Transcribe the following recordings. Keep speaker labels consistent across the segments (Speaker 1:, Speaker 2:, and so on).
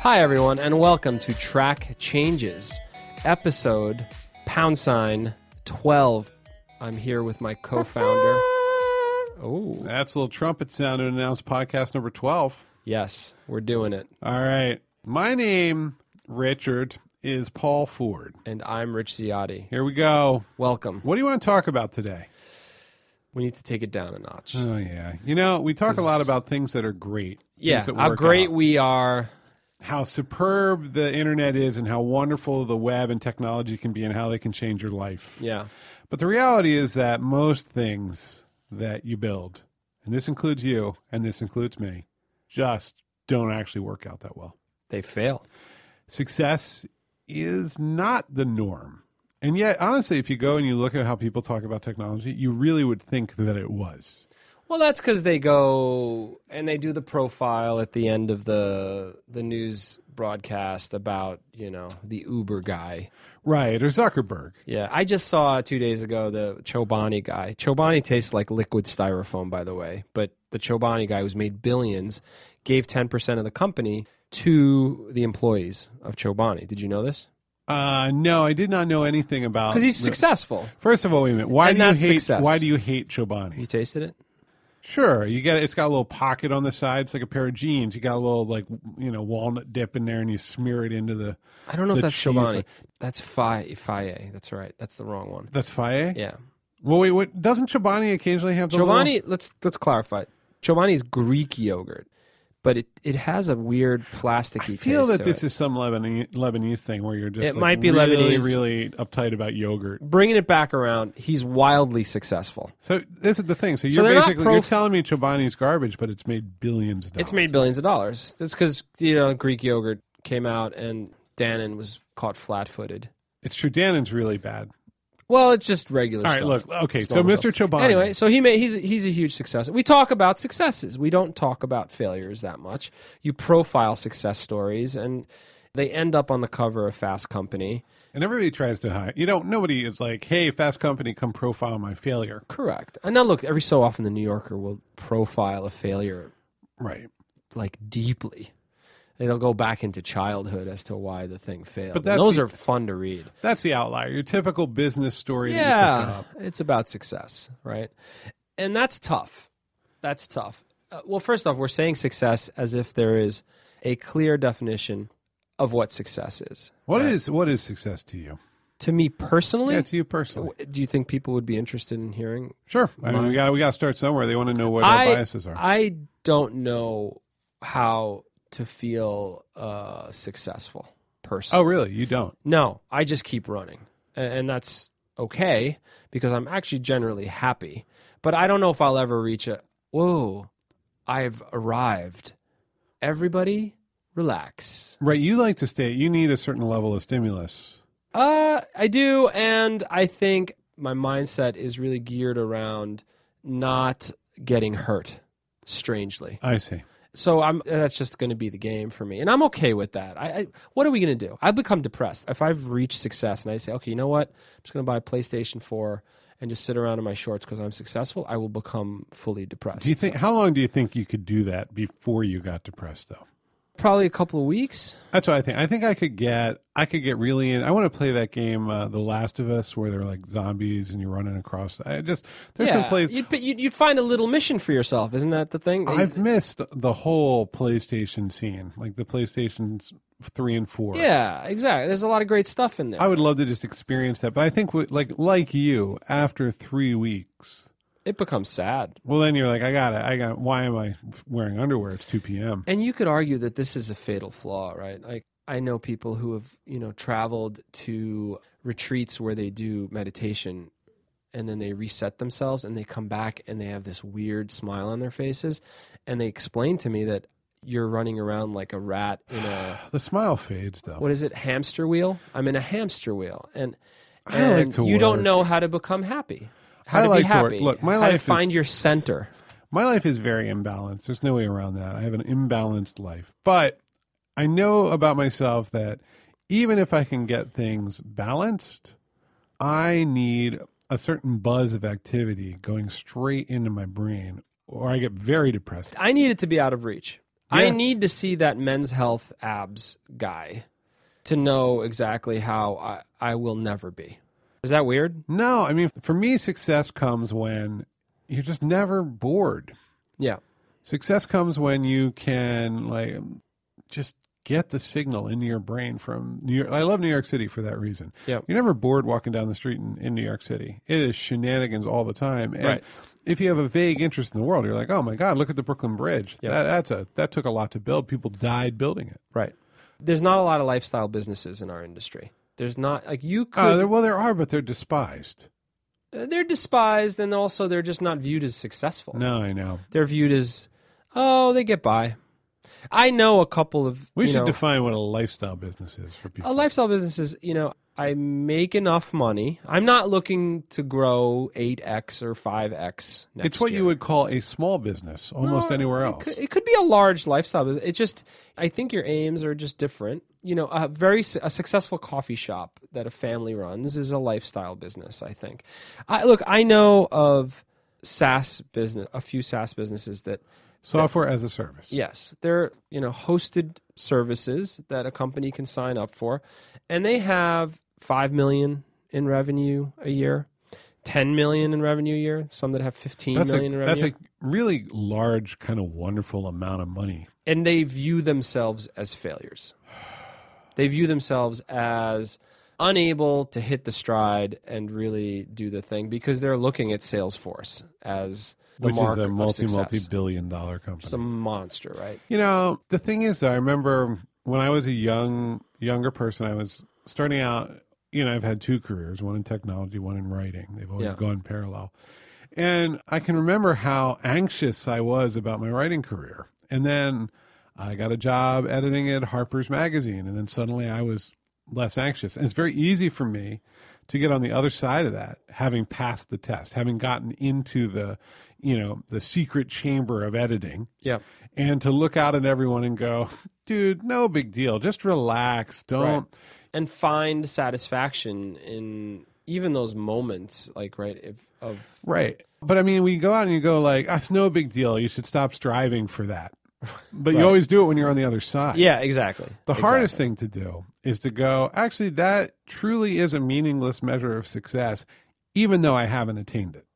Speaker 1: Hi, everyone, and welcome to Track Changes, episode pound sign 12. I'm here with my co founder. Oh,
Speaker 2: That's a little trumpet sound to announce podcast number 12.
Speaker 1: yes, we're doing it.
Speaker 2: All right. My name, Richard, is Paul Ford.
Speaker 1: And I'm Rich Ziotti.
Speaker 2: Here we go.
Speaker 1: Welcome.
Speaker 2: What do you want to talk about today?
Speaker 1: We need to take it down a notch.
Speaker 2: Oh, yeah. You know, we talk a lot about things that are great.
Speaker 1: Yeah,
Speaker 2: things that
Speaker 1: how
Speaker 2: work
Speaker 1: great
Speaker 2: out.
Speaker 1: we are.
Speaker 2: how superb the internet is and how wonderful the web and technology can be and how they can change your life.
Speaker 1: Yeah.
Speaker 2: But the reality is that most things that you build, and this includes you and this includes me, just don't actually work out that well.
Speaker 1: They fail.
Speaker 2: success is not the norm. And yet, honestly, if you go and you look at how people talk about technology, you really would think that it was.
Speaker 1: Well, that's because they go and they do the profile at the end of the the news broadcast about you know the Uber guy.
Speaker 2: Right, or Zuckerberg.
Speaker 1: Yeah, I just saw two days ago the Chobani guy. Chobani tastes like liquid styrofoam, by the way. But the Chobani guy who's made billions gave ten percent of the company to the employees of Chobani. Did you know this?
Speaker 2: Uh, no, I did not know anything about.
Speaker 1: Because he's successful.
Speaker 2: First of all, wait a minute. Why
Speaker 1: And
Speaker 2: do you hate?
Speaker 1: that's success.
Speaker 2: Why do you hate Chobani?
Speaker 1: You tasted it?
Speaker 2: Sure, you get it's got a little pocket on the side. It's like a pair of jeans. You got a little like you know walnut dip in there, and you smear it into the.
Speaker 1: I don't know
Speaker 2: The
Speaker 1: if that's
Speaker 2: cheese
Speaker 1: Chobani.
Speaker 2: that-
Speaker 1: That's Faye. Faye. That's right. That's the wrong one.
Speaker 2: That's faye.
Speaker 1: Yeah.
Speaker 2: Well, wait. What doesn't Chobani occasionally have? The little-
Speaker 1: Chobani, let's let's clarify. Chobani is Greek yogurt, but it, it has a weird plasticky
Speaker 2: I feel
Speaker 1: taste
Speaker 2: that
Speaker 1: to
Speaker 2: this
Speaker 1: it.
Speaker 2: is some Lebanese, Lebanese thing where you're just
Speaker 1: It
Speaker 2: like,
Speaker 1: might be
Speaker 2: really,
Speaker 1: Lebanese.
Speaker 2: really uptight about yogurt.
Speaker 1: Bringing it back around, he's wildly successful.
Speaker 2: So this is the thing. So you're
Speaker 1: they're not
Speaker 2: basically
Speaker 1: pro-
Speaker 2: you're telling me Chobani's garbage, but it's made billions of dollars.
Speaker 1: It's made billions of dollars. That's because you know Greek yogurt came out and Dannon was caught flat-footed.
Speaker 2: It's true. Danin's really bad.
Speaker 1: Well, it's just regular
Speaker 2: All right,
Speaker 1: stuff.
Speaker 2: look. Okay,
Speaker 1: It's
Speaker 2: so
Speaker 1: normal
Speaker 2: Mr.
Speaker 1: stuff.
Speaker 2: Chobani.
Speaker 1: Anyway, so he made he's he's a huge success. We talk about successes. We don't talk about failures that much. You profile success stories, and they end up on the cover of Fast Company.
Speaker 2: and everybody tries to hide. You don't. Nobody is like, "Hey, Fast Company, come profile my failure."
Speaker 1: Correct. And now look, every so often the New Yorker will profile a failure
Speaker 2: Right.
Speaker 1: like deeply. And They'll go back into childhood as to why the thing failed.
Speaker 2: But
Speaker 1: But
Speaker 2: that's
Speaker 1: those
Speaker 2: the-
Speaker 1: are fun to read.
Speaker 2: That's the outlier. Your typical business story. that you pick
Speaker 1: Yeah,
Speaker 2: up.
Speaker 1: it's about success, right? And that's tough. That's tough. Uh, well, first off, we're saying success as if there is a clear definition of what success is.
Speaker 2: What is what is success to you?
Speaker 1: To me personally,
Speaker 2: Yeah, to you personally.
Speaker 1: w- do you think people would be interested in hearing
Speaker 2: Sure. I mean, we got we got to start somewhere. They want to know what
Speaker 1: I-
Speaker 2: our biases are.
Speaker 1: I don't know how to feel uh, successful person.
Speaker 2: oh, really? You don't.
Speaker 1: No, I just keep running, A- and that's okay because I'm actually generally happy. But I don't know if I'll ever reach a whoa. I've arrived. Everybody, relax.
Speaker 2: Right, you like to stay. You need a certain level of stimulus.
Speaker 1: Uh, I do, and I think my mindset is really geared around not getting hurt. Strangely,
Speaker 2: I see.
Speaker 1: So I'm that's just going to be the game for me, and I'm okay with that. I, I what are we going to do? I become depressed if I've reached success and I say, okay, you know what? I'm just going to buy a PlayStation Four and just sit around in my shorts because I'm successful. I will become fully depressed.
Speaker 2: Do you think how long do you think you could do that before you got depressed though?
Speaker 1: probably a couple of weeks?
Speaker 2: That's what I think. I think I could get I could get really in. I want to play that game uh, The Last of Us where they're like zombies and you're running across. I just there's some plays
Speaker 1: you'd, but you'd, you'd find a little mission for yourself, isn't that the thing?
Speaker 2: I've missed the whole PlayStation scene, like the PlayStations 3 and 4.
Speaker 1: yeah, exactly. There's a lot of great stuff in there.
Speaker 2: I would love to just experience that, but I think with, like like you after 3 weeks
Speaker 1: it becomes sad,
Speaker 2: well, then you're like, I got it. I got. Why am I wearing underwear? It's 2 p.m.
Speaker 1: and you could argue that this is a fatal flaw, right? Like. I know people who have, you know, traveled to retreats where they do meditation and then they reset themselves and they come back and they have this weird smile on their faces and they explain to me that you're running around like a rat in a
Speaker 2: The smile fades though.
Speaker 1: what is it hamster wheel i'm in a hamster wheel and,
Speaker 2: I like
Speaker 1: and
Speaker 2: to
Speaker 1: you
Speaker 2: work.
Speaker 1: don't know how to become happy how
Speaker 2: I
Speaker 1: to
Speaker 2: like
Speaker 1: be
Speaker 2: to work.
Speaker 1: happy
Speaker 2: Look, my
Speaker 1: how to
Speaker 2: life is-
Speaker 1: find your center
Speaker 2: My life is very imbalanced. There's no way around that. I have an imbalanced life. But I know about myself that even if I can get things balanced, I need a certain buzz of activity going straight into my brain or I get very depressed.
Speaker 1: I need it to be out of reach. I
Speaker 2: Yeah.
Speaker 1: need to see that men's health abs guy to know exactly how I, I will never be. Is that weird?
Speaker 2: No, I mean, for me, success comes when you're just never bored.
Speaker 1: Yeah.
Speaker 2: Success comes when you can like just get the signal into your brain from New York. I love New York City for that reason.
Speaker 1: Yep.
Speaker 2: You're never bored walking down the street in, in New York City. It is shenanigans all the time. And
Speaker 1: Right.
Speaker 2: if you have a vague interest in the world, you're like, oh my God, look at the Brooklyn Bridge.
Speaker 1: Yep.
Speaker 2: That, that's a that took a lot to build. People died building it.
Speaker 1: Right. There's not a lot of lifestyle businesses in our industry. There's not like you could uh,
Speaker 2: Uh, there, well, there are, but they're despised.
Speaker 1: they're, despised and also they're just not viewed as successful.
Speaker 2: No, I know.
Speaker 1: They're viewed as oh, they get by. I know a couple of
Speaker 2: We
Speaker 1: you
Speaker 2: should
Speaker 1: know,
Speaker 2: define what a lifestyle business is for
Speaker 1: a
Speaker 2: people.
Speaker 1: lifestyle business is you know i make enough money i'm not looking to grow 8x or 5x next
Speaker 2: It's what
Speaker 1: year.
Speaker 2: you would call a small business almost
Speaker 1: No,
Speaker 2: anywhere else.
Speaker 1: it could, it could be a large lifestyle business it just i think your aims are just different you know a very su- a successful coffee shop that a family runs is a lifestyle business i think i look i know of saas business a few saas businesses that
Speaker 2: Software as a service.
Speaker 1: Yes, they're you know hosted services that a company can sign up for, and they have five million in revenue a year, ten million in revenue a year. Some that have fifteen million
Speaker 2: That's a,
Speaker 1: in
Speaker 2: that's
Speaker 1: revenue,
Speaker 2: a really large, kind of wonderful amount of money.
Speaker 1: and they view themselves as failures. They view themselves as unable to hit the stride and really do the thing because they're looking at Salesforce as the
Speaker 2: which
Speaker 1: mark
Speaker 2: is a multi
Speaker 1: of success.
Speaker 2: multi billion dollar company.
Speaker 1: It's a monster, right?
Speaker 2: you know, the thing is, I remember when I was a young younger person, I was starting out. You know, I've had two careers: one in technology, one in writing. They've always
Speaker 1: Yeah.
Speaker 2: gone parallel. And I can remember how anxious I was about my writing career. And then I got a job editing at Harper's Magazine, and then suddenly I was less anxious. And it's very easy for me to get on the other side of that, having passed the test, having gotten into the, you know, the secret chamber of editing
Speaker 1: Yeah.
Speaker 2: and to look out at everyone and go, dude, no big deal. Just relax. Don't.
Speaker 1: and find satisfaction in even those moments like right if, of
Speaker 2: Right. But I mean, we go out and you go, like, "Ah, it's no big deal. You should stop striving for that. But you always do it when you're on the other side.
Speaker 1: yeah exactly
Speaker 2: The hardest thing to do is to go, actually, that truly is a meaningless measure of success, even though I haven't attained it.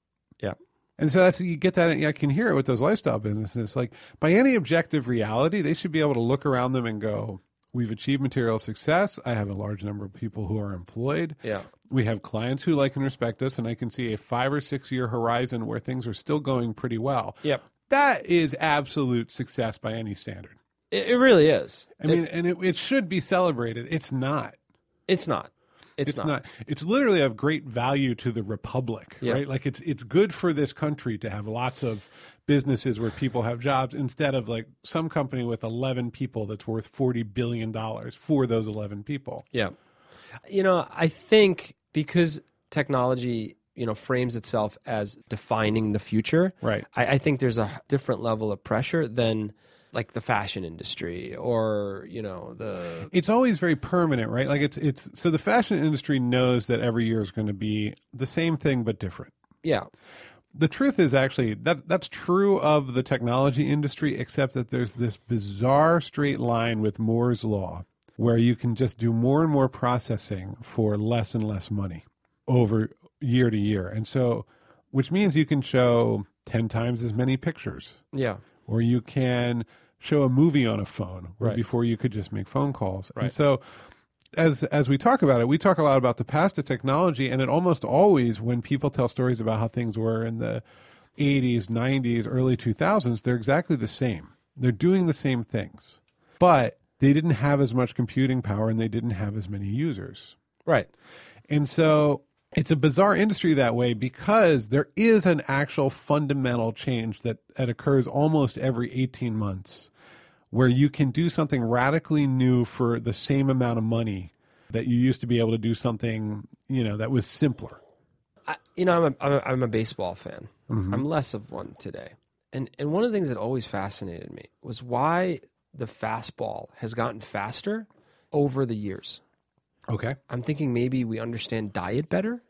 Speaker 1: Yeah.
Speaker 2: And so that's you get that. I can hear it with those lifestyle businesses. Like by any objective reality, they should be able to look around them and go, "We've achieved material success. I have a large number of people who are employed.
Speaker 1: yeah
Speaker 2: We have clients who like and respect us, and I can see a five or six year horizon where things are still going pretty well.
Speaker 1: yep
Speaker 2: That is absolute success by any standard.
Speaker 1: it, it really is
Speaker 2: I mean, and it, it should be celebrated. It's not.
Speaker 1: it's not it's,
Speaker 2: It's, not. It's literally of great value to the republic,
Speaker 1: Yeah.
Speaker 2: right? Like it's it's good for this country to have lots of businesses where people have jobs instead of like some company with 11 people that's worth 40 billion dollars for those 11 people.
Speaker 1: Yeah. You know, I think because technology, you know, frames itself as defining the future.
Speaker 2: Right.
Speaker 1: I, I think there's a different level of pressure than like the fashion industry or, you know, the
Speaker 2: It's always very permanent, right? Like it's it's so the fashion industry knows that every year is going to be the same thing but different.
Speaker 1: yeah.
Speaker 2: the truth is actually that that's true of the technology industry except that there's this bizarre straight line with Moore's law where you can just do more and more processing for less and less money over year to year. And so which means you can show 10 times as many pictures
Speaker 1: Yeah.
Speaker 2: or you can show a movie on a phone where
Speaker 1: Right.
Speaker 2: before you could just make phone calls.
Speaker 1: Right.
Speaker 2: And so as as we talk about it, we talk a lot about the past of technology and it almost always when people tell stories about how things were in the 80s, 90s, early 2000s, they're exactly the same. They're doing the same things. But they didn't have as much computing power and they didn't have as many users.
Speaker 1: Right.
Speaker 2: And so it's a bizarre industry that way because there is an actual fundamental change that, that occurs almost every 18 months where you can do something radically new for the same amount of money that you used to be able to do something, you know, that was simpler.
Speaker 1: I, you know, I'm a, I'm a, I'm a baseball fan.
Speaker 2: Mm-hmm.
Speaker 1: I'm less of one today. And and one of the things that always fascinated me was why the fastball has gotten faster over the years.
Speaker 2: Okay.
Speaker 1: I'm thinking maybe we understand diet better.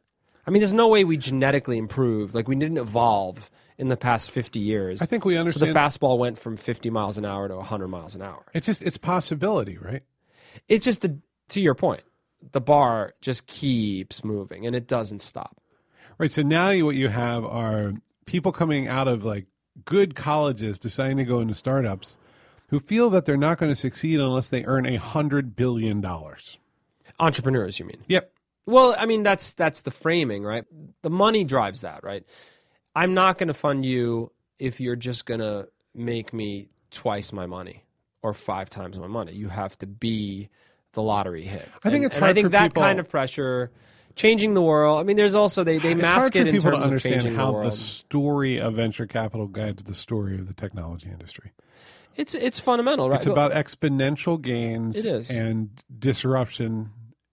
Speaker 1: I mean, there's no way we genetically improved. Like we didn't evolve in the past 50 years.
Speaker 2: I think we
Speaker 1: so the
Speaker 2: understand.
Speaker 1: fastball went from 50 miles an hour to 100 miles an hour.
Speaker 2: it's just it's possibility, right?
Speaker 1: It's just the to your point, the bar just keeps moving and it doesn't stop.
Speaker 2: Right. So now you, what you have are people coming out of like good colleges deciding to go into startups who feel that they're not going to succeed unless they earn a hundred billion dollars.
Speaker 1: Entrepreneurs, you mean?
Speaker 2: Yep.
Speaker 1: Well, I mean that's that's the framing, right? The money drives that, right? I'm not going to fund you if you're just going to make me twice my money or five times my money. You have to be the lottery hit.
Speaker 2: I think
Speaker 1: And-
Speaker 2: it's
Speaker 1: and I
Speaker 2: hard
Speaker 1: think
Speaker 2: for
Speaker 1: that
Speaker 2: people-
Speaker 1: kind of pressure changing the world. I mean, there's also they they
Speaker 2: it's hard
Speaker 1: mask
Speaker 2: for
Speaker 1: it in
Speaker 2: people to
Speaker 1: terms of
Speaker 2: understand
Speaker 1: changing
Speaker 2: how
Speaker 1: the world.
Speaker 2: the story of venture capital guides the story of the technology industry.
Speaker 1: It's it's fundamental, right?
Speaker 2: It's
Speaker 1: Well,
Speaker 2: about exponential gains
Speaker 1: It is.
Speaker 2: and disruption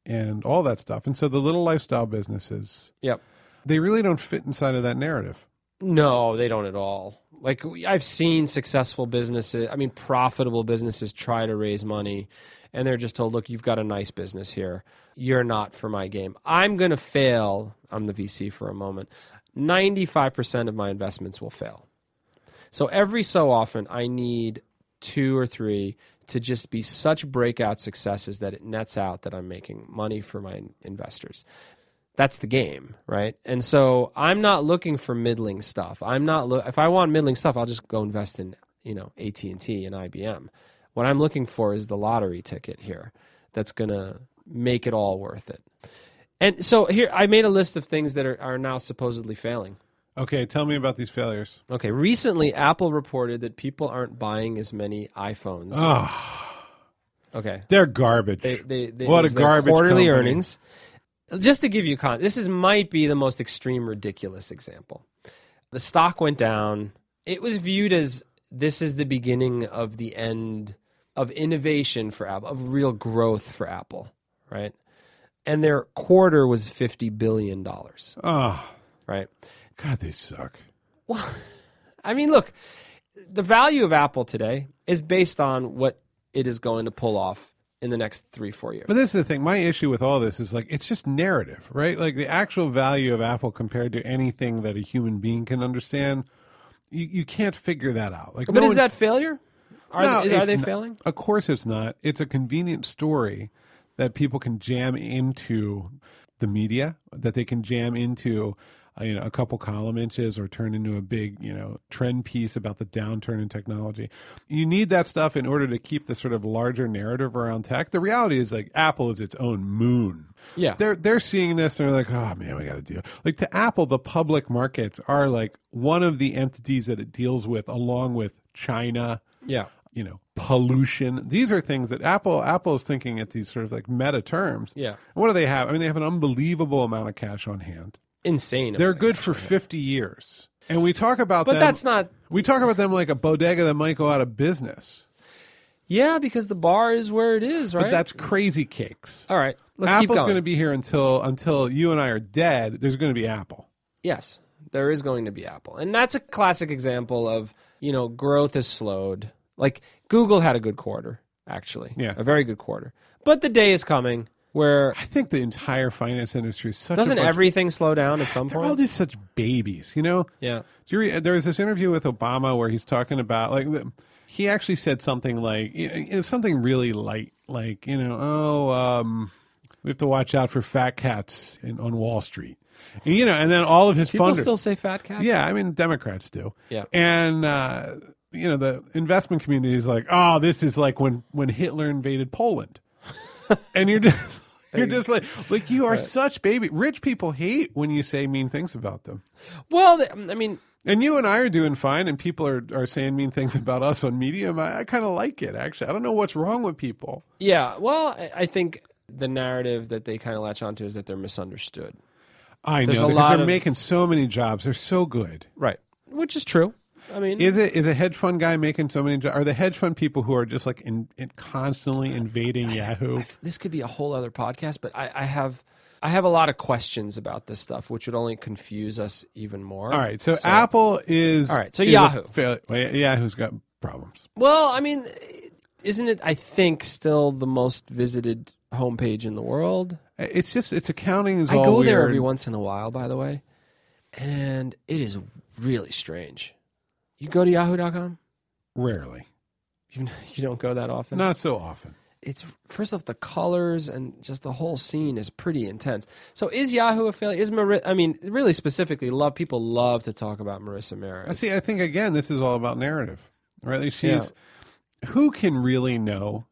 Speaker 2: and all that stuff. And so the little lifestyle businesses,
Speaker 1: yep.
Speaker 2: they really don't fit inside of that narrative.
Speaker 1: No, they don't at all. Like we- I've seen successful businesses, I mean profitable businesses try to raise money and they're just told, "Look, you've got a nice business here. You're not for my game. I'm going to fail." I'm the VC for a moment. 95% of my investments will fail. So every so often I need two or three to just be such breakout successes that it nets out that I'm making money for my investors that's the game, right? And so I'm not looking for middling stuff. I'm not look if I want middling stuff, I'll just go invest in, you know, AT&T and IBM. What I'm looking for is the lottery ticket here that's going to make it all worth it. And so here I made a list of things that are, are now supposedly failing.
Speaker 2: Okay, tell me about these failures.
Speaker 1: Okay, recently Apple reported that people aren't buying as many iPhones.
Speaker 2: Ah,
Speaker 1: Okay.
Speaker 2: they're garbage.
Speaker 1: They, they, they,
Speaker 2: What
Speaker 1: it was
Speaker 2: a
Speaker 1: their
Speaker 2: garbage
Speaker 1: quarterly
Speaker 2: company.
Speaker 1: earnings. Just to give you con, this is might be the most extreme, ridiculous example. The stock went down. It was viewed as this is the beginning of the end of innovation for Apple, of real growth for Apple, right? And their quarter was fifty billion dollars,
Speaker 2: Ah,
Speaker 1: right?
Speaker 2: God, they suck.
Speaker 1: Well, I mean, look, the value of Apple today is based on what it is going to pull off in the next three, four years.
Speaker 2: But this is the thing. My issue with all this is like it's just narrative, right? Like the actual value of Apple compared to anything that a human being can understand, you, you can't figure that out. Like,
Speaker 1: But
Speaker 2: no
Speaker 1: is
Speaker 2: one-
Speaker 1: that failure? Are,
Speaker 2: No,
Speaker 1: is- are
Speaker 2: it's
Speaker 1: they
Speaker 2: not-
Speaker 1: failing?
Speaker 2: Of course, it's not. It's a convenient story that people can jam into the media, that they can jam into. uh, You know, a couple column inches or turn into a big, you know, trend piece about the downturn in technology. You need that stuff in order to keep the sort of larger narrative around tech. The reality is, like, Apple is its own moon.
Speaker 1: Yeah.
Speaker 2: They're they're seeing this and they're like, oh man, we got to deal. Like to Apple, the public markets are like one of the entities that it deals with, along with China,
Speaker 1: yeah.
Speaker 2: you know pollution these are things that apple apple is thinking at these sort of like meta terms
Speaker 1: Yeah.
Speaker 2: what do they have i mean they have an unbelievable amount of cash on hand
Speaker 1: Insane.
Speaker 2: they're
Speaker 1: amount.
Speaker 2: good for 50 years and we talk about
Speaker 1: But
Speaker 2: them
Speaker 1: that's not.
Speaker 2: we talk about them like a bodega that might go out of business
Speaker 1: Yeah, because the bar is where it is, right?
Speaker 2: but that's crazy cakes
Speaker 1: All right. Let's keep
Speaker 2: apple's
Speaker 1: going.
Speaker 2: to be here until until you and i are dead there's going to be apple
Speaker 1: Yes, there is going to be Apple. And that's a classic example of, you know, growth has slowed. Like Google had a good quarter, actually.
Speaker 2: Yeah.
Speaker 1: A very good quarter. But the day is coming where
Speaker 2: i think the entire finance industry is such
Speaker 1: doesn't
Speaker 2: a bunch-
Speaker 1: everything slow down at some
Speaker 2: they're all
Speaker 1: point?
Speaker 2: just such babies you know
Speaker 1: yeah.
Speaker 2: Do you re- there was this interview with Obama where he's talking about like the, he actually said something like you know, it's something really light, like you know, oh, um, we have to watch out for fat cats in, on Wall Street, and, you know, and then all of his
Speaker 1: People
Speaker 2: funders,
Speaker 1: still say fat cats?
Speaker 2: yeah, I mean, Democrats do,
Speaker 1: Yeah.
Speaker 2: and uh, you know, the investment community is like, oh, this is like when when Hitler invaded Poland, and you're just. You're just like like you are such baby. Rich people hate when you say mean things about them.
Speaker 1: Well, th- I mean,
Speaker 2: And you and I are doing fine, and people are, are saying mean things about us on Medium. I, I kind of like it, actually. I don't know what's wrong with people.
Speaker 1: yeah. Well, I- I think the narrative that they kind of latch onto is that they're misunderstood.
Speaker 2: I
Speaker 1: There's
Speaker 2: know
Speaker 1: a
Speaker 2: because
Speaker 1: lot
Speaker 2: they're
Speaker 1: of-
Speaker 2: making so many jobs. They're so good.
Speaker 1: Right. Which is true. I mean,
Speaker 2: Is it is a hedge fund guy making so many jobs? Are the hedge fund people who are just like in, in constantly invading Yahoo?
Speaker 1: this could be a whole other podcast, but I, I have I have a lot of questions about this stuff, which would only confuse us even more.
Speaker 2: All right, so, Apple is
Speaker 1: All right, so
Speaker 2: is a
Speaker 1: Yahoo.
Speaker 2: fail- well, Yahoo's got problems.
Speaker 1: Well, I mean, isn't it? I think still the most visited homepage in the world.
Speaker 2: It's just it's accounting is
Speaker 1: I
Speaker 2: all
Speaker 1: go there
Speaker 2: weird.
Speaker 1: every once in a while, by the way, and it is really strange. You go to yahoo.com?
Speaker 2: Rarely,
Speaker 1: You, you don't go that often?
Speaker 2: not so often.
Speaker 1: It's first off the colors and just the whole scene is pretty intense. So is Yahoo a failure? Is Marissa? I mean, really specifically, love people love to talk about Marissa Maris.
Speaker 2: I see. I think again, this is all about narrative, right? Like she's
Speaker 1: Yeah.
Speaker 2: who can really know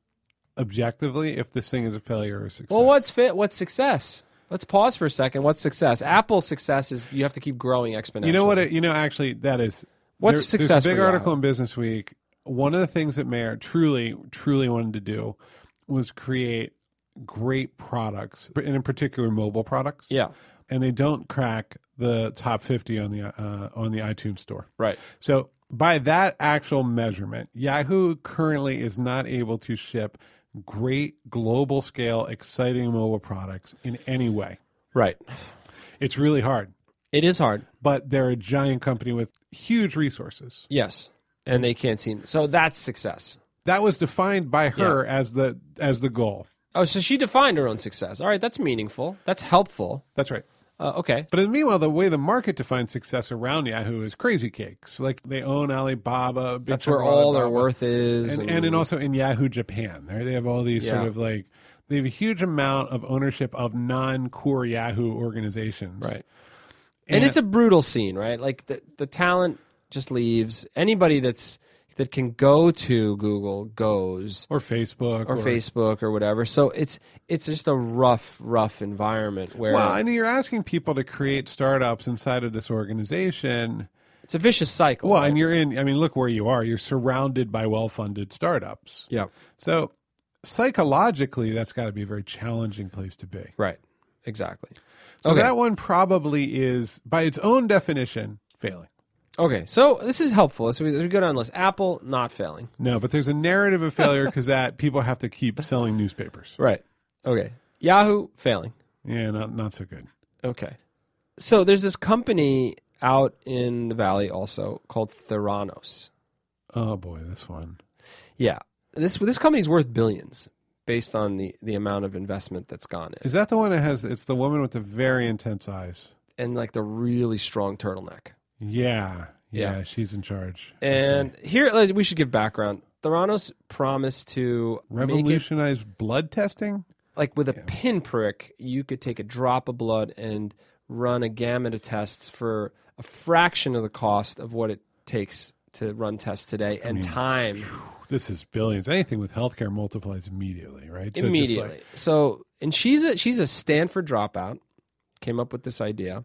Speaker 2: objectively if this thing is a failure or a success?
Speaker 1: Well, what's fit? What's success? Let's pause for a second. What's success? Apple's success is you have to keep growing exponentially.
Speaker 2: you know what? It, you know, actually, that is
Speaker 1: What's
Speaker 2: there's
Speaker 1: success
Speaker 2: a big
Speaker 1: for
Speaker 2: article
Speaker 1: Yahoo?
Speaker 2: in Business Week. One of the things that Mayer truly, truly wanted to do was create great products, and in particular, mobile products.
Speaker 1: yeah.
Speaker 2: and they don't crack the top 50 on the uh, on the iTunes store.
Speaker 1: Right.
Speaker 2: So by that actual measurement, Yahoo currently is not able to ship great global scale exciting mobile products in any way.
Speaker 1: Right.
Speaker 2: It's really hard,
Speaker 1: It is hard.
Speaker 2: but they're a giant company with huge resources.
Speaker 1: Yes. And they can't seem. So that's success.
Speaker 2: That was defined by her as the as the goal.
Speaker 1: Oh, so she defined her own success. All right, that's meaningful. That's helpful.
Speaker 2: That's right.
Speaker 1: Uh, okay.
Speaker 2: But in the meanwhile, the way the market defines success around Yahoo is crazy cakes. Like they own Alibaba. Big
Speaker 1: That's where
Speaker 2: Brother,
Speaker 1: all their
Speaker 2: Alibaba.
Speaker 1: worth is.
Speaker 2: and, and in also in Yahoo Japan, there they have all these sort
Speaker 1: Yeah.
Speaker 2: of like they have a huge amount of ownership of non-core Yahoo organizations.
Speaker 1: right. And, it's a brutal scene, right? Like the, the talent just leaves. Anybody that's that can go to Google goes.
Speaker 2: or Facebook
Speaker 1: or Facebook or whatever. So it's it's just a rough, rough environment where
Speaker 2: Well, and you're asking people to create startups inside of this organization.
Speaker 1: it's a vicious cycle.
Speaker 2: Well,
Speaker 1: right?
Speaker 2: and you're in. I mean, look where you are. You're surrounded by well-funded startups.
Speaker 1: yeah,
Speaker 2: So psychologically, that's got to be a very challenging place to be.
Speaker 1: right, exactly.
Speaker 2: So
Speaker 1: okay,
Speaker 2: that one probably is, by its own definition, failing.
Speaker 1: okay. So this is helpful as we, as we go down the list. Apple not failing.
Speaker 2: No, but there's a narrative of failure because that people have to keep selling newspapers.
Speaker 1: Right. Okay. Yahoo failing.
Speaker 2: Yeah, not not so good.
Speaker 1: Okay. So there's this company out in the valley also called Theranos.
Speaker 2: Oh boy, this one.
Speaker 1: Yeah. This this company's worth billions based on the the amount of investment that's gone in
Speaker 2: Is that the one that has? It's the woman with the very intense eyes.
Speaker 1: and like the really strong turtleneck.
Speaker 2: Yeah, yeah,
Speaker 1: Yeah.
Speaker 2: she's in charge.
Speaker 1: And here, like, we should give background. Theranos promised to make it
Speaker 2: Revolutionize blood testing.
Speaker 1: like with a pinprick, you could take a drop of blood and run a gamut of tests for a fraction of the cost of what it takes to run tests today and time
Speaker 2: This is billions. Anything with healthcare multiplies immediately, right? So just like-
Speaker 1: immediately. so, and she's a she's a Stanford dropout, came up with this idea,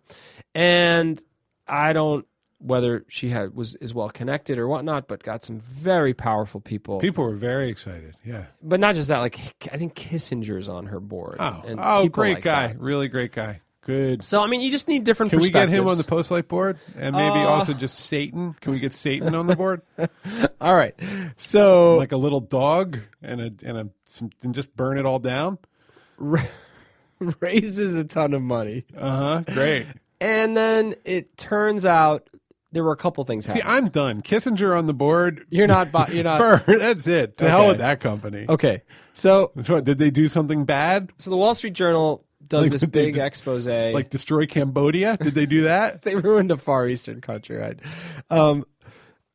Speaker 1: and I don't whether she had was is well connected or whatnot, but got some very powerful people
Speaker 2: people were very excited. Yeah.
Speaker 1: but not just that. Like I think Kissinger's on her board.
Speaker 2: Oh,
Speaker 1: and
Speaker 2: oh,
Speaker 1: people
Speaker 2: great
Speaker 1: like
Speaker 2: guy.
Speaker 1: that.
Speaker 2: Really great guy. Good.
Speaker 1: So I mean, you just need different.
Speaker 2: Can we get him on the
Speaker 1: perspectives.
Speaker 2: Postlight board, and maybe
Speaker 1: Uh,
Speaker 2: also just Satan? Can we get Satan on the board,
Speaker 1: All right. So
Speaker 2: like a little dog, and a and a some, and just burn it all down?
Speaker 1: raises a ton of money,
Speaker 2: Uh huh. Great.
Speaker 1: and then it turns out there were a couple things
Speaker 2: See,
Speaker 1: happening.
Speaker 2: I'm done. Kissinger on the board.
Speaker 1: you're not. bu- You're not.
Speaker 2: Burn. That's it. To hell
Speaker 1: Okay.
Speaker 2: with that company.
Speaker 1: Okay. So
Speaker 2: That's what, did they do something bad?
Speaker 1: so the Wall Street Journal does
Speaker 2: Like,
Speaker 1: this
Speaker 2: they
Speaker 1: big
Speaker 2: did-
Speaker 1: expose.
Speaker 2: Like destroy Cambodia? Did they do that?
Speaker 1: they ruined a far eastern country, right? Um,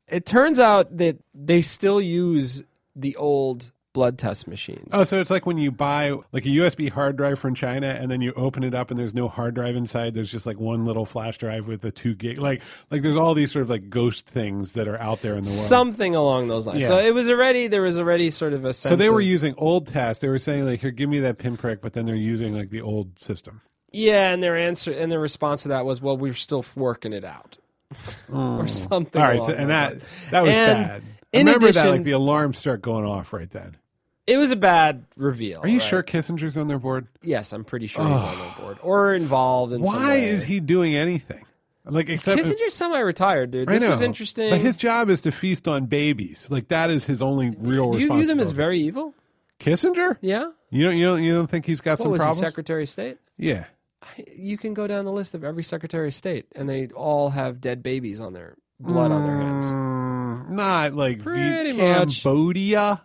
Speaker 1: it turns out that they still use the old blood test machines.
Speaker 2: Oh, so it's like when you buy like a USB hard drive from China and then you open it up and there's no hard drive inside. There's just like one little flash drive with a two gig. Like like there's all these sort of like ghost things that are out there in the world.
Speaker 1: something along those lines.
Speaker 2: Yeah.
Speaker 1: So it was already there was already sort of a sense.
Speaker 2: so they were
Speaker 1: of-
Speaker 2: using old tests. They were saying like, "Here, give me that pinprick," but then they're using like the old system.
Speaker 1: yeah, and their answer and their response to that was, "Well, we're still working it out," or something.
Speaker 2: Hmm. All right,
Speaker 1: along
Speaker 2: so, and
Speaker 1: those
Speaker 2: that
Speaker 1: lines.
Speaker 2: that was
Speaker 1: And
Speaker 2: bad.
Speaker 1: in
Speaker 2: Remember that,
Speaker 1: addition-
Speaker 2: like the alarms start going off right then.
Speaker 1: it was a bad reveal.
Speaker 2: Are you sure Kissinger's on their board?
Speaker 1: Yes, I'm pretty sure he's on their board or involved in. some
Speaker 2: Why
Speaker 1: way.
Speaker 2: is he doing anything? Like except
Speaker 1: Kissinger's semi-retired, dude?
Speaker 2: I
Speaker 1: This
Speaker 2: know,
Speaker 1: was interesting.
Speaker 2: But his job is to feast on babies. Like that is his only real
Speaker 1: Do you view
Speaker 2: responsibility.
Speaker 1: them as very evil?
Speaker 2: Kissinger?
Speaker 1: Yeah.
Speaker 2: You don't you don't you don't think he's got
Speaker 1: What
Speaker 2: some
Speaker 1: was
Speaker 2: problems?
Speaker 1: he, Secretary of State?
Speaker 2: yeah.
Speaker 1: I- You can go down the list of every Secretary of State, and they all have dead babies on their blood on their hands.
Speaker 2: Mm, not like v-
Speaker 1: Pretty much.
Speaker 2: Cambodia.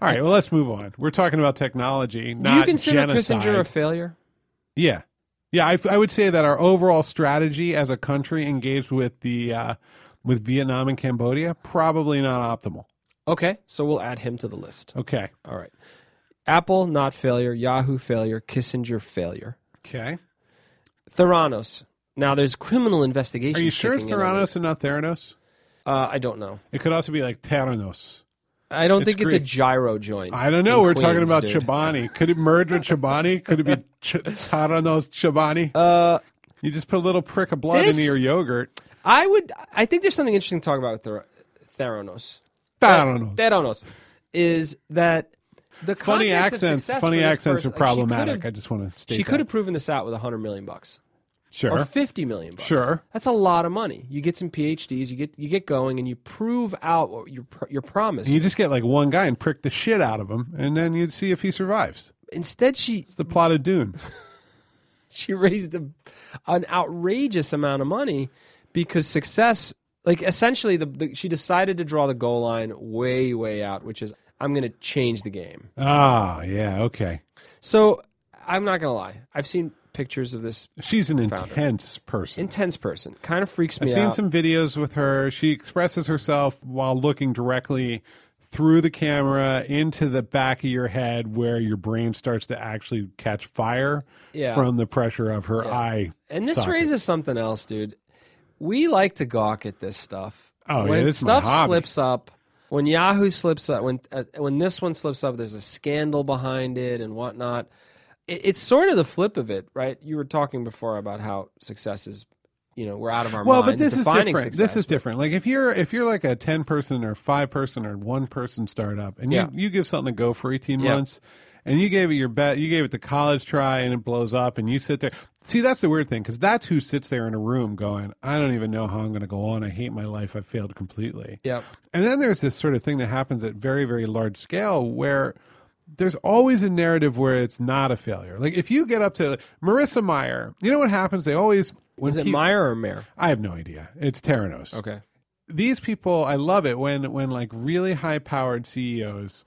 Speaker 2: All right, well, let's move on. We're talking about technology, not
Speaker 1: Do you consider
Speaker 2: genocide.
Speaker 1: Kissinger a failure?
Speaker 2: Yeah. Yeah, I, f- I would say that our overall strategy as a country engaged with the uh, with Vietnam and Cambodia probably not optimal.
Speaker 1: Okay, so we'll add him to the list.
Speaker 2: Okay.
Speaker 1: All right. Apple, not failure. Yahoo, failure. Kissinger, failure.
Speaker 2: Okay.
Speaker 1: Theranos. Now there's criminal investigation.
Speaker 2: Are you sure it's Theranos and not Theranos?
Speaker 1: Uh, I don't know.
Speaker 2: It could also be like Theranos.
Speaker 1: I don't
Speaker 2: It's
Speaker 1: think it's a
Speaker 2: Greek.
Speaker 1: gyro joint.
Speaker 2: I don't know.
Speaker 1: in
Speaker 2: We're talking
Speaker 1: Queens,
Speaker 2: about
Speaker 1: dude.
Speaker 2: Chobani. Could it merge with Chobani? Could it be Ch- Theranos Chobani?
Speaker 1: Uh,
Speaker 2: you just put a little prick of blood
Speaker 1: this-
Speaker 2: into your yogurt.
Speaker 1: I would. I think there's something interesting to talk about with Ther- Theranos.
Speaker 2: Theranos.
Speaker 1: Theranos is that the
Speaker 2: Funny
Speaker 1: context of
Speaker 2: accents.
Speaker 1: success
Speaker 2: Funny
Speaker 1: for this
Speaker 2: accents
Speaker 1: person-
Speaker 2: are
Speaker 1: like, she
Speaker 2: problematic. I
Speaker 1: could've-
Speaker 2: just want to state
Speaker 1: She
Speaker 2: that.
Speaker 1: could have proven this out with 100 million bucks.
Speaker 2: Sure.
Speaker 1: or 50 million bucks.
Speaker 2: Sure.
Speaker 1: That's a lot of money. You get some PhDs, you get you get going and you prove out what your pr- your promise.
Speaker 2: You just get like one guy and prick the shit out of him, and then you'd see if he survives.
Speaker 1: Instead she
Speaker 2: It's the plot of Dune.
Speaker 1: she raised a, an outrageous amount of money because success like essentially the, the she decided to draw the goal line way way out, which is I'm going to change the game.
Speaker 2: Ah, yeah, okay.
Speaker 1: So, I'm not going to lie. I've seen pictures of this
Speaker 2: She's an
Speaker 1: Founder.
Speaker 2: intense person.
Speaker 1: intense person. Kind of freaks me
Speaker 2: I've
Speaker 1: out.
Speaker 2: seen some videos with her. She expresses herself while looking directly through the camera into the back of your head where your brain starts to actually catch fire
Speaker 1: Yeah.
Speaker 2: from the pressure of her eye.
Speaker 1: And this
Speaker 2: socket.
Speaker 1: raises something else, dude. We like to gawk at this stuff.
Speaker 2: Oh, yeah,
Speaker 1: when
Speaker 2: this is my
Speaker 1: stuff
Speaker 2: hobby.
Speaker 1: slips up, when Yahoo slips up, when uh, when this one slips up, there's a scandal behind it and whatnot. It, it's sort of the flip of it, right? You were talking before about how success is, you know, we're out of our
Speaker 2: well,
Speaker 1: minds
Speaker 2: but this is
Speaker 1: defining
Speaker 2: different.
Speaker 1: success.
Speaker 2: This is different. Like if you're if you're like a ten person or five person or one person startup, and
Speaker 1: Yeah.
Speaker 2: you you give something a go for eighteen
Speaker 1: Yeah.
Speaker 2: months, and you gave it your bet, you gave it the college try, and it blows up, and you sit there. See, that's the weird thing because that's who sits there in a room going, "I don't even know how I'm going to go on. I hate my life. I failed completely."
Speaker 1: Yep.
Speaker 2: And then there's this sort of thing that happens at very, very large scale where there's always a narrative where it's not a failure. Like if you get up to Marissa Meyer, you know what happens? They always when
Speaker 1: Is it
Speaker 2: peop-
Speaker 1: Meyer or Mayer?
Speaker 2: I have no idea. It's Terranos.
Speaker 1: Okay.
Speaker 2: These people, I love it when when like really high powered CEOs,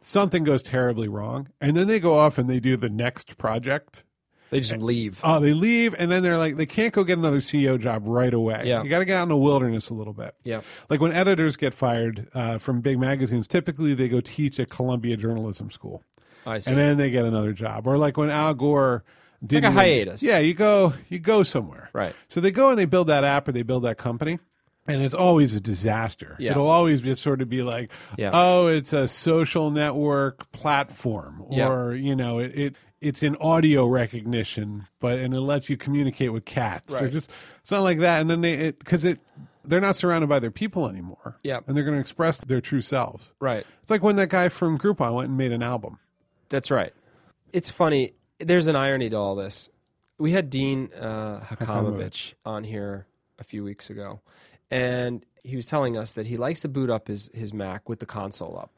Speaker 2: something goes terribly wrong, and then they go off and they do the next project.
Speaker 1: They just leave.
Speaker 2: Oh, they leave, and then they're like, they can't go get another CEO job right away.
Speaker 1: Yeah.
Speaker 2: You got to get out in the wilderness a little bit.
Speaker 1: Yeah.
Speaker 2: Like when editors get fired uh, from big magazines, typically they go teach at Columbia Journalism School,
Speaker 1: I see.
Speaker 2: and then they get another job. Or like when Al Gore did
Speaker 1: like a hiatus.
Speaker 2: Yeah, you go, you go somewhere.
Speaker 1: Right.
Speaker 2: So they go and they build that app or they build that company. And it's always a disaster.
Speaker 1: Yeah.
Speaker 2: It'll always just sort of be like,
Speaker 1: Yeah.
Speaker 2: oh, it's a social network platform,
Speaker 1: Yeah.
Speaker 2: or you know, it, it it's in audio recognition, but and it lets you communicate with cats, or
Speaker 1: Right.
Speaker 2: just something like that. And then they because it, they're not surrounded by their people anymore.
Speaker 1: Yeah.
Speaker 2: and they're going to express their true selves.
Speaker 1: Right.
Speaker 2: It's like when that guy from Groupon went and made an album.
Speaker 1: That's right. It's funny. There's an irony to all this. We had Dean uh, Hakamovich on here a few weeks ago, and he was telling us that he likes to boot up his, his Mac with the console up.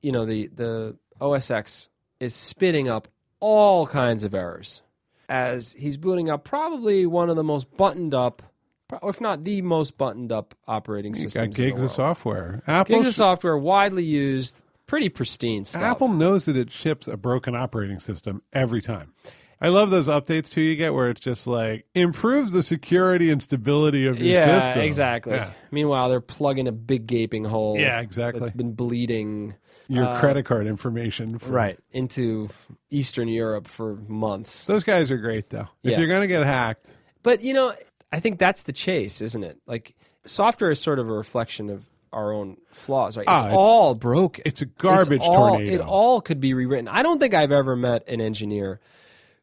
Speaker 1: You know, the, the OS X is spitting up all kinds of errors as he's booting up probably one of the most buttoned up, pro- if not the most buttoned up operating
Speaker 2: You got
Speaker 1: systems. in the
Speaker 2: gigs of
Speaker 1: world.
Speaker 2: software. Apple
Speaker 1: Gigs of software, widely used, pretty pristine stuff.
Speaker 2: Apple knows that it ships a broken operating system every time. I love those updates too you get where it's just like improves the security and stability of your
Speaker 1: yeah,
Speaker 2: system.
Speaker 1: exactly.
Speaker 2: Yeah,
Speaker 1: Meanwhile, they're plugging a big gaping hole.
Speaker 2: Yeah, exactly.
Speaker 1: That's been bleeding
Speaker 2: Your
Speaker 1: Uh,
Speaker 2: credit card information. for-
Speaker 1: into Eastern Europe for months.
Speaker 2: Those guys are great though. If
Speaker 1: Yeah.
Speaker 2: you're gonna get hacked,
Speaker 1: But you know, I think that's the chase, isn't it? Like software is sort of a reflection of our own flaws, right? It's
Speaker 2: Ah, it's-
Speaker 1: all broken.
Speaker 2: it's a garbage
Speaker 1: all-
Speaker 2: tornado.
Speaker 1: It all could be rewritten. I don't think I've ever met an engineer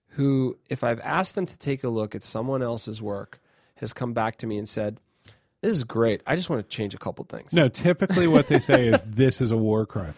Speaker 1: who, if I've asked them to take a look at someone else's work, has come back to me and said, "This is great. I just want to change a couple things."
Speaker 2: no, typically what they say is this is a war crime.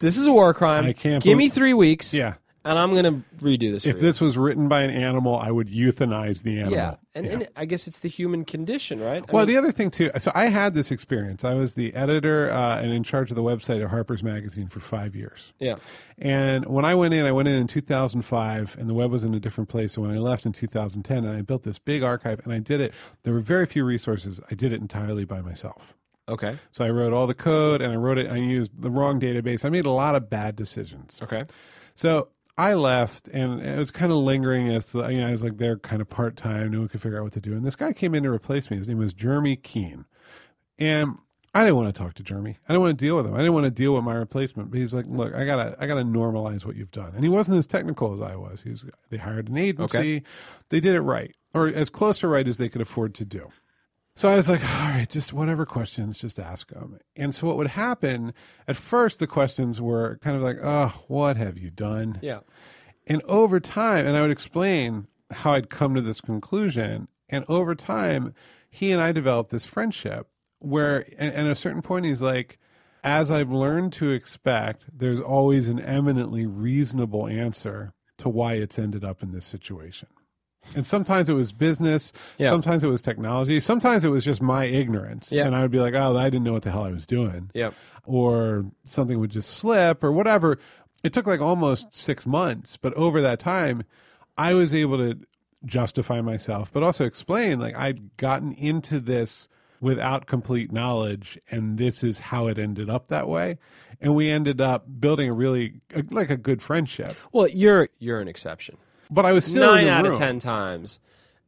Speaker 1: This is a war crime.
Speaker 2: I can't
Speaker 1: Give me
Speaker 2: believe-
Speaker 1: three weeks.
Speaker 2: Yeah.
Speaker 1: And I'm going to redo this.
Speaker 2: If
Speaker 1: for
Speaker 2: this was written by an animal, I would euthanize the
Speaker 1: you.
Speaker 2: animal.
Speaker 1: yeah. And, and I guess it's the human condition, right? I
Speaker 2: Well,
Speaker 1: mean,
Speaker 2: the other thing too. So I had this experience. I was the editor uh, and in charge of the website at Harper's Magazine for five years.
Speaker 1: yeah.
Speaker 2: And when I went in, I went in in 2005, and the web was in a different place. And when I left in 2010, and I built this big archive, and I did it. There were very few resources. I did it entirely by myself.
Speaker 1: Okay.
Speaker 2: So I wrote all the code and I wrote it. I used the wrong database. I made a lot of bad decisions.
Speaker 1: Okay.
Speaker 2: So I left and it was kind of lingering as to, you know, I was like there kind of part time. No one could figure out what to do. And this guy came in to replace me. His name was Jeremy Keene. And I didn't want to talk to Jeremy. I didn't want to deal with him. I didn't want to deal with my replacement. But he's like, look, I gotta, I gotta normalize what you've done. And he wasn't as technical as I was. He was. They hired an agency.
Speaker 1: Okay.
Speaker 2: They did it right, or as close to right as they could afford to do. So I was like, all right, just whatever questions, just ask them. And so what would happen at first? The questions were kind of like, oh, what have you done?
Speaker 1: Yeah.
Speaker 2: And over time, and I would explain how I'd come to this conclusion. And over time, he and I developed this friendship where, and, and at a certain point, he's like, as I've learned to expect, there's always an eminently reasonable answer to why it's ended up in this situation. And sometimes it was business,
Speaker 1: Yeah.
Speaker 2: sometimes it was technology, sometimes it was just my ignorance.
Speaker 1: Yeah.
Speaker 2: And I would be like, oh, I didn't know what the hell I was doing
Speaker 1: Yeah.
Speaker 2: or something would just slip or whatever. It took like almost six months, but over that time, I was able to justify myself, but also explain like I'd gotten into this without complete knowledge, and this is how it ended up that way. And we ended up building a really a, like a good friendship.
Speaker 1: Well, you're you're an exception.
Speaker 2: But I was still
Speaker 1: Nine
Speaker 2: in the
Speaker 1: out
Speaker 2: room.
Speaker 1: of ten times,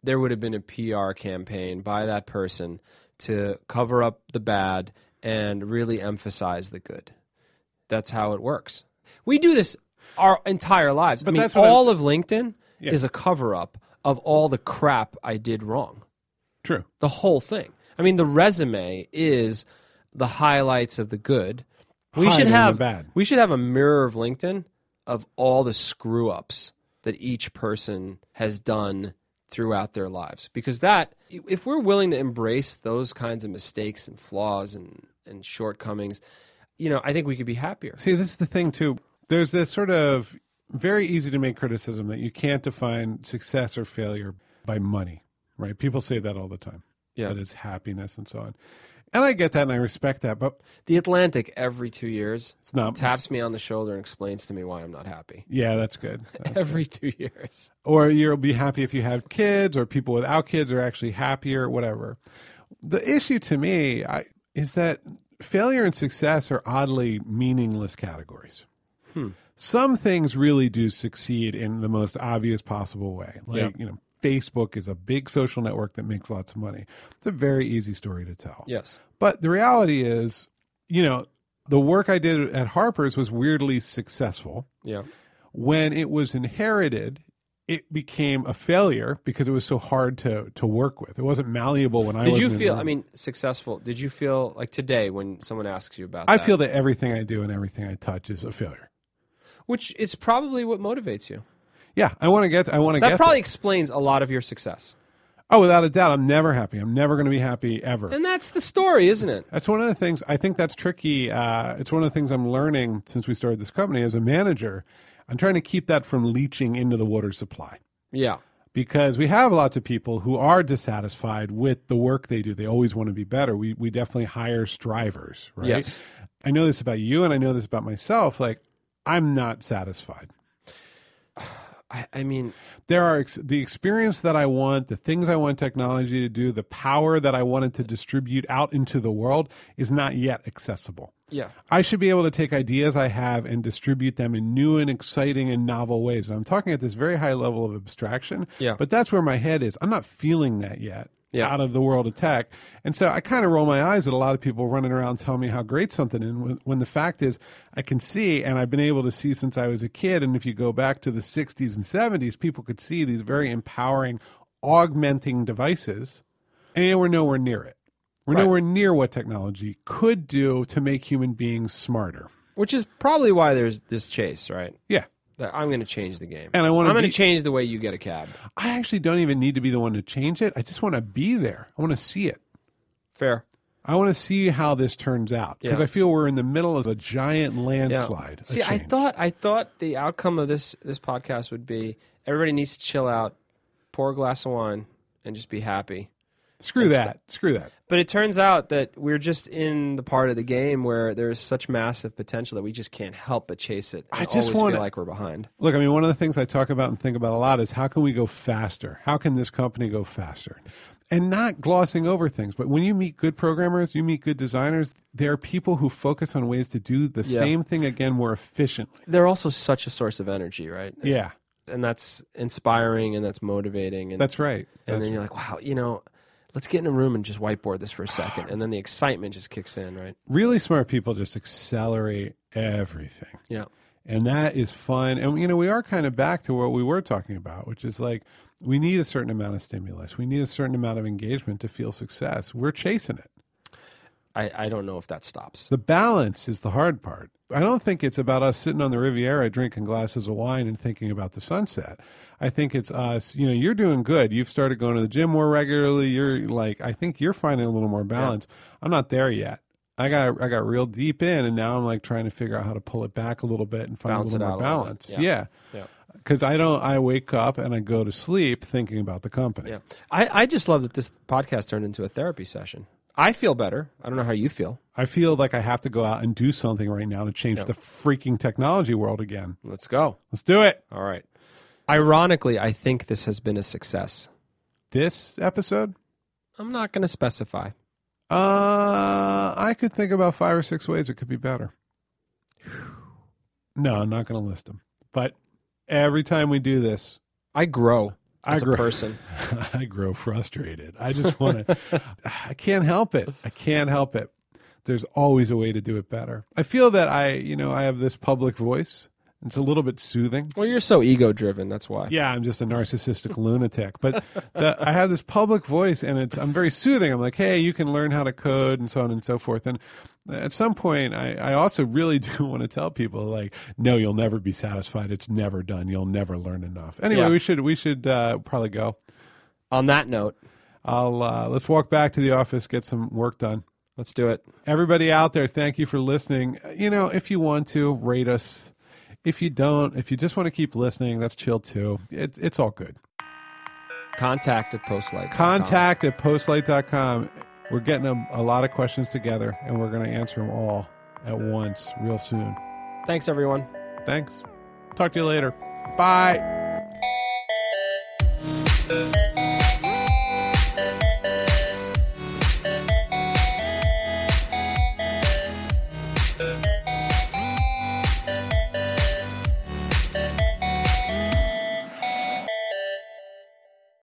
Speaker 1: there would have been a PR campaign by that person to cover up the bad and really emphasize the good. That's how it works. We do this our entire lives. I mean,
Speaker 2: that's what
Speaker 1: all of LinkedIn is a cover up of all the crap I did wrong.
Speaker 2: True.
Speaker 1: the whole thing. I mean, the resume is the highlights of the good. We
Speaker 2: Hiding
Speaker 1: should
Speaker 2: the
Speaker 1: have
Speaker 2: bad.
Speaker 1: we should have a mirror of LinkedIn of all the screw ups that each person has done throughout their lives because that if we're willing to embrace those kinds of mistakes and flaws and and shortcomings, you know, I think we could be happier.
Speaker 2: See, this is the thing too. There's this sort of very easy to make criticism that you can't define success or failure by money, right? People say that all the time.
Speaker 1: Yeah.
Speaker 2: That it's happiness and so on. And I get that and I respect that, but
Speaker 1: The Atlantic every 2 years
Speaker 2: it's not
Speaker 1: taps me on the shoulder and explains to me why I'm not happy.
Speaker 2: Yeah, that's good.
Speaker 1: Every 2 years.
Speaker 2: or you'll be happy if you have kids, or people without kids are actually happier, whatever. The issue to me I, is that failure and success are oddly meaningless categories. Some things really do succeed in the most obvious possible way. Like,
Speaker 1: Yeah.
Speaker 2: you know, Facebook is a big social network that makes lots of money. It's a very easy story to tell.
Speaker 1: Yes.
Speaker 2: But the reality is, you know, the work I did at Harper's was weirdly successful
Speaker 1: Yeah.
Speaker 2: when it was inherited, it became a failure because it was so hard to to work with. It wasn't malleable when I
Speaker 1: Did
Speaker 2: was.
Speaker 1: you feel? I mean, successful. Did you feel like today when someone asks you about?
Speaker 2: I
Speaker 1: that,
Speaker 2: feel that everything I do and everything I touch is a failure.
Speaker 1: which is probably what motivates you.
Speaker 2: Yeah, I want to get. I want to
Speaker 1: That
Speaker 2: get.
Speaker 1: probably
Speaker 2: there.
Speaker 1: explains a lot of your success,
Speaker 2: Oh, without a doubt, I'm never happy. I'm never going to be happy ever.
Speaker 1: and that's the story, isn't it?
Speaker 2: That's one of the things I think that's tricky. Uh, it's one of the things I'm learning since we started this company as a manager. I'm trying to keep that from leaching into the water supply.
Speaker 1: Yeah,
Speaker 2: because we have lots of people who are dissatisfied with the work they do. They always want to be better. We we definitely hire strivers, right?
Speaker 1: Yes.
Speaker 2: I know this about you and I know this about myself. Like I'm not satisfied.
Speaker 1: I, I mean,
Speaker 2: There are ex- the experience that I want, the things I want technology to do, the power that I wanted to distribute out into the world is not yet accessible.
Speaker 1: yeah,
Speaker 2: I should be able to take ideas I have and distribute them in new and exciting and novel ways. And I'm talking at this very high level of abstraction.
Speaker 1: Yeah.
Speaker 2: But that's where my head is. I'm not feeling that yet
Speaker 1: Yeah.
Speaker 2: out of the world of tech. And so I kind of roll my eyes at a lot of people running around telling me how great something is when, when the fact is I can see and I've been able to see since I was a kid. And if you go back to the 60s and 70s, people could see these very empowering, augmenting devices. And we're nowhere near it. We're
Speaker 1: Right.
Speaker 2: nowhere near what technology could do to make human beings smarter.
Speaker 1: which is probably why there's this chase, right?
Speaker 2: Yeah.
Speaker 1: That I'm going to change the game,
Speaker 2: And I wanna
Speaker 1: I'm going
Speaker 2: be-
Speaker 1: to change the way you get a cab.
Speaker 2: I actually don't even need to be the one to change it. I just want to be there. I want to see it.
Speaker 1: Fair.
Speaker 2: I want to see how this turns out because
Speaker 1: Yeah.
Speaker 2: I feel we're in the middle of a giant landslide. a
Speaker 1: See, I
Speaker 2: change.
Speaker 1: thought I thought the outcome of this this podcast would be everybody needs to chill out, pour a glass of wine, and just be happy.
Speaker 2: Screw that. Screw that.
Speaker 1: But it turns out that we're just in the part of the game where there's such massive potential that we just can't help but chase it. And
Speaker 2: I just
Speaker 1: always
Speaker 2: wanna-
Speaker 1: feel like we're behind.
Speaker 2: Look, I mean, one of the things I talk about and think about a lot is how can we go faster? How can this company go faster? And not glossing over things, but when you meet good programmers, you meet good designers, there are people who focus on ways to do the
Speaker 1: Yeah.
Speaker 2: same thing again more efficiently.
Speaker 1: They're also such a source of energy, right?
Speaker 2: Yeah,
Speaker 1: And that's inspiring and that's motivating. And,
Speaker 2: that's right.
Speaker 1: and
Speaker 2: That's-
Speaker 1: then you're like, wow, you know, let's get in a room and just whiteboard this for a second. And then the excitement just kicks in, right?
Speaker 2: really smart people just accelerate everything.
Speaker 1: Yeah.
Speaker 2: and that is fun and you know we are kind of back to what we were talking about which is like we need a certain amount of stimulus we need a certain amount of engagement to feel success we're chasing it
Speaker 1: I, I don't know if that stops.
Speaker 2: the balance is the hard part i don't think it's about us sitting on the riviera drinking glasses of wine and thinking about the sunset i think it's us you know you're doing good you've started going to the gym more regularly you're like i think you're finding a little more balance i'm not there yet I got I got real deep in, and now I'm like trying to figure out how to pull it back a little bit and find
Speaker 1: Balance
Speaker 2: a
Speaker 1: it
Speaker 2: little more
Speaker 1: out a little
Speaker 2: balance.
Speaker 1: bit. Yeah.
Speaker 2: yeah,
Speaker 1: Yeah.
Speaker 2: because I don't. I wake up and I go to sleep thinking about the company.
Speaker 1: Yeah. I, I just love that this podcast turned into a therapy session. I feel better. I don't know how you feel.
Speaker 2: I feel like I have to go out and do something right now to change the freaking technology world again.
Speaker 1: Let's go.
Speaker 2: Let's do it.
Speaker 1: All right. Ironically, I think this has been a success.
Speaker 2: This episode,
Speaker 1: I'm not going to specify.
Speaker 2: uh, I could think about five or six ways it could be better. No, I'm not going to list them. But every time we do this,
Speaker 1: I grow
Speaker 2: I
Speaker 1: as
Speaker 2: grow.
Speaker 1: a person.
Speaker 2: I grow frustrated. I just want to. I can't help it. I can't help it. There's always a way to do it better. I feel that I, you know, I have this public voice. It's a little bit soothing.
Speaker 1: Well, you're so ego driven. That's why.
Speaker 2: Yeah, I'm just a narcissistic lunatic, but the, I have this public voice, and it's I'm very soothing. I'm like, hey, you can learn how to code, and so on and so forth. And at some point, I, I also really do want to tell people, like, no, you'll never be satisfied. It's never done. You'll never learn enough. Anyway,
Speaker 1: Yeah.
Speaker 2: we should we should uh, probably go.
Speaker 1: On that note,
Speaker 2: I'll uh, let's walk back to the office, get some work done.
Speaker 1: let's do it.
Speaker 2: Everybody out there, thank you for listening. You know, if you want to rate us, if you don't, if you just want to keep listening, that's chill too. It, it's all good.
Speaker 1: Contact at postlight.
Speaker 2: Contact at postlight.com. We're getting a, a lot of questions together, and we're going to answer them all at once real soon.
Speaker 1: Thanks, everyone.
Speaker 2: Thanks. Talk to you later. Bye.